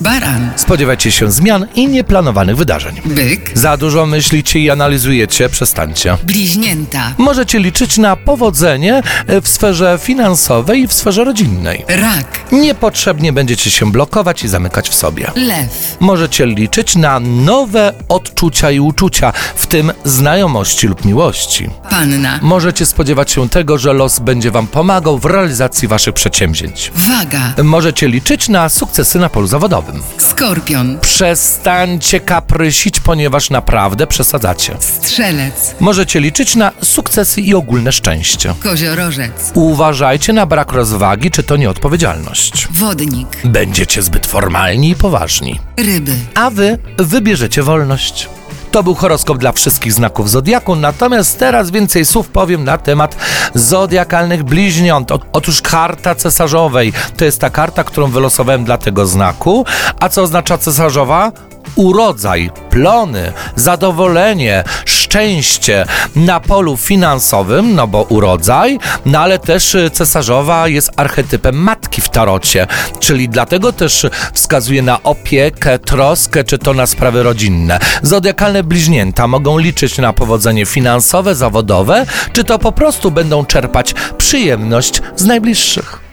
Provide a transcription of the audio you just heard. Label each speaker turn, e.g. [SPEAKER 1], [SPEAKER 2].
[SPEAKER 1] Baran,
[SPEAKER 2] Spodziewajcie się zmian i nieplanowanych wydarzeń.
[SPEAKER 1] byk,
[SPEAKER 2] Za dużo myślicie i analizujecie, przestańcie.
[SPEAKER 1] bliźnięta,
[SPEAKER 2] Możecie liczyć na powodzenie e, w sferze finansowej i w sferze rodzinnej.
[SPEAKER 1] rak,
[SPEAKER 2] Niepotrzebnie będziecie się blokować i zamykać w sobie.
[SPEAKER 1] lew,
[SPEAKER 2] Możecie liczyć na nowe odczucia i uczucia, w tym znajomości lub miłości.
[SPEAKER 1] panna,
[SPEAKER 2] Możecie spodziewać się tego, że los będzie Wam pomagał w realizacji Waszych przedsięwzięć.
[SPEAKER 1] waga,
[SPEAKER 2] Możecie liczyć na sukcesy na polu zawodowym.
[SPEAKER 1] skorpion,
[SPEAKER 2] Przestańcie kaprysić, ponieważ naprawdę przesadzacie.
[SPEAKER 1] strzelec,
[SPEAKER 2] Możecie liczyć na sukcesy i ogólne szczęście.
[SPEAKER 1] koziorożec,
[SPEAKER 2] Uważajcie na brak rozwagi czy to nieodpowiedzialność.
[SPEAKER 1] wodnik,
[SPEAKER 2] Będziecie zbyt formalni i poważni.
[SPEAKER 1] ryby.
[SPEAKER 2] A wy wybierzecie wolność. To był horoskop dla wszystkich znaków Zodiaku, natomiast teraz więcej słów powiem na temat zodiakalnych bliźniąt. O- Otóż karta cesarzowej to jest ta karta, którą wylosowałem dla tego znaku. A co oznacza cesarzowa? Urodzaj, plony, zadowolenie, szczęście na polu finansowym, no bo urodzaj, no ale też y, cesarzowa jest archetypem matki w tarocie, czyli dlatego też wskazuje na opiekę, troskę, czy to na sprawy rodzinne. Zodiakalne bliźnięta mogą liczyć na powodzenie finansowe, zawodowe, czy to po prostu będą czerpać przyjemność z najbliższych.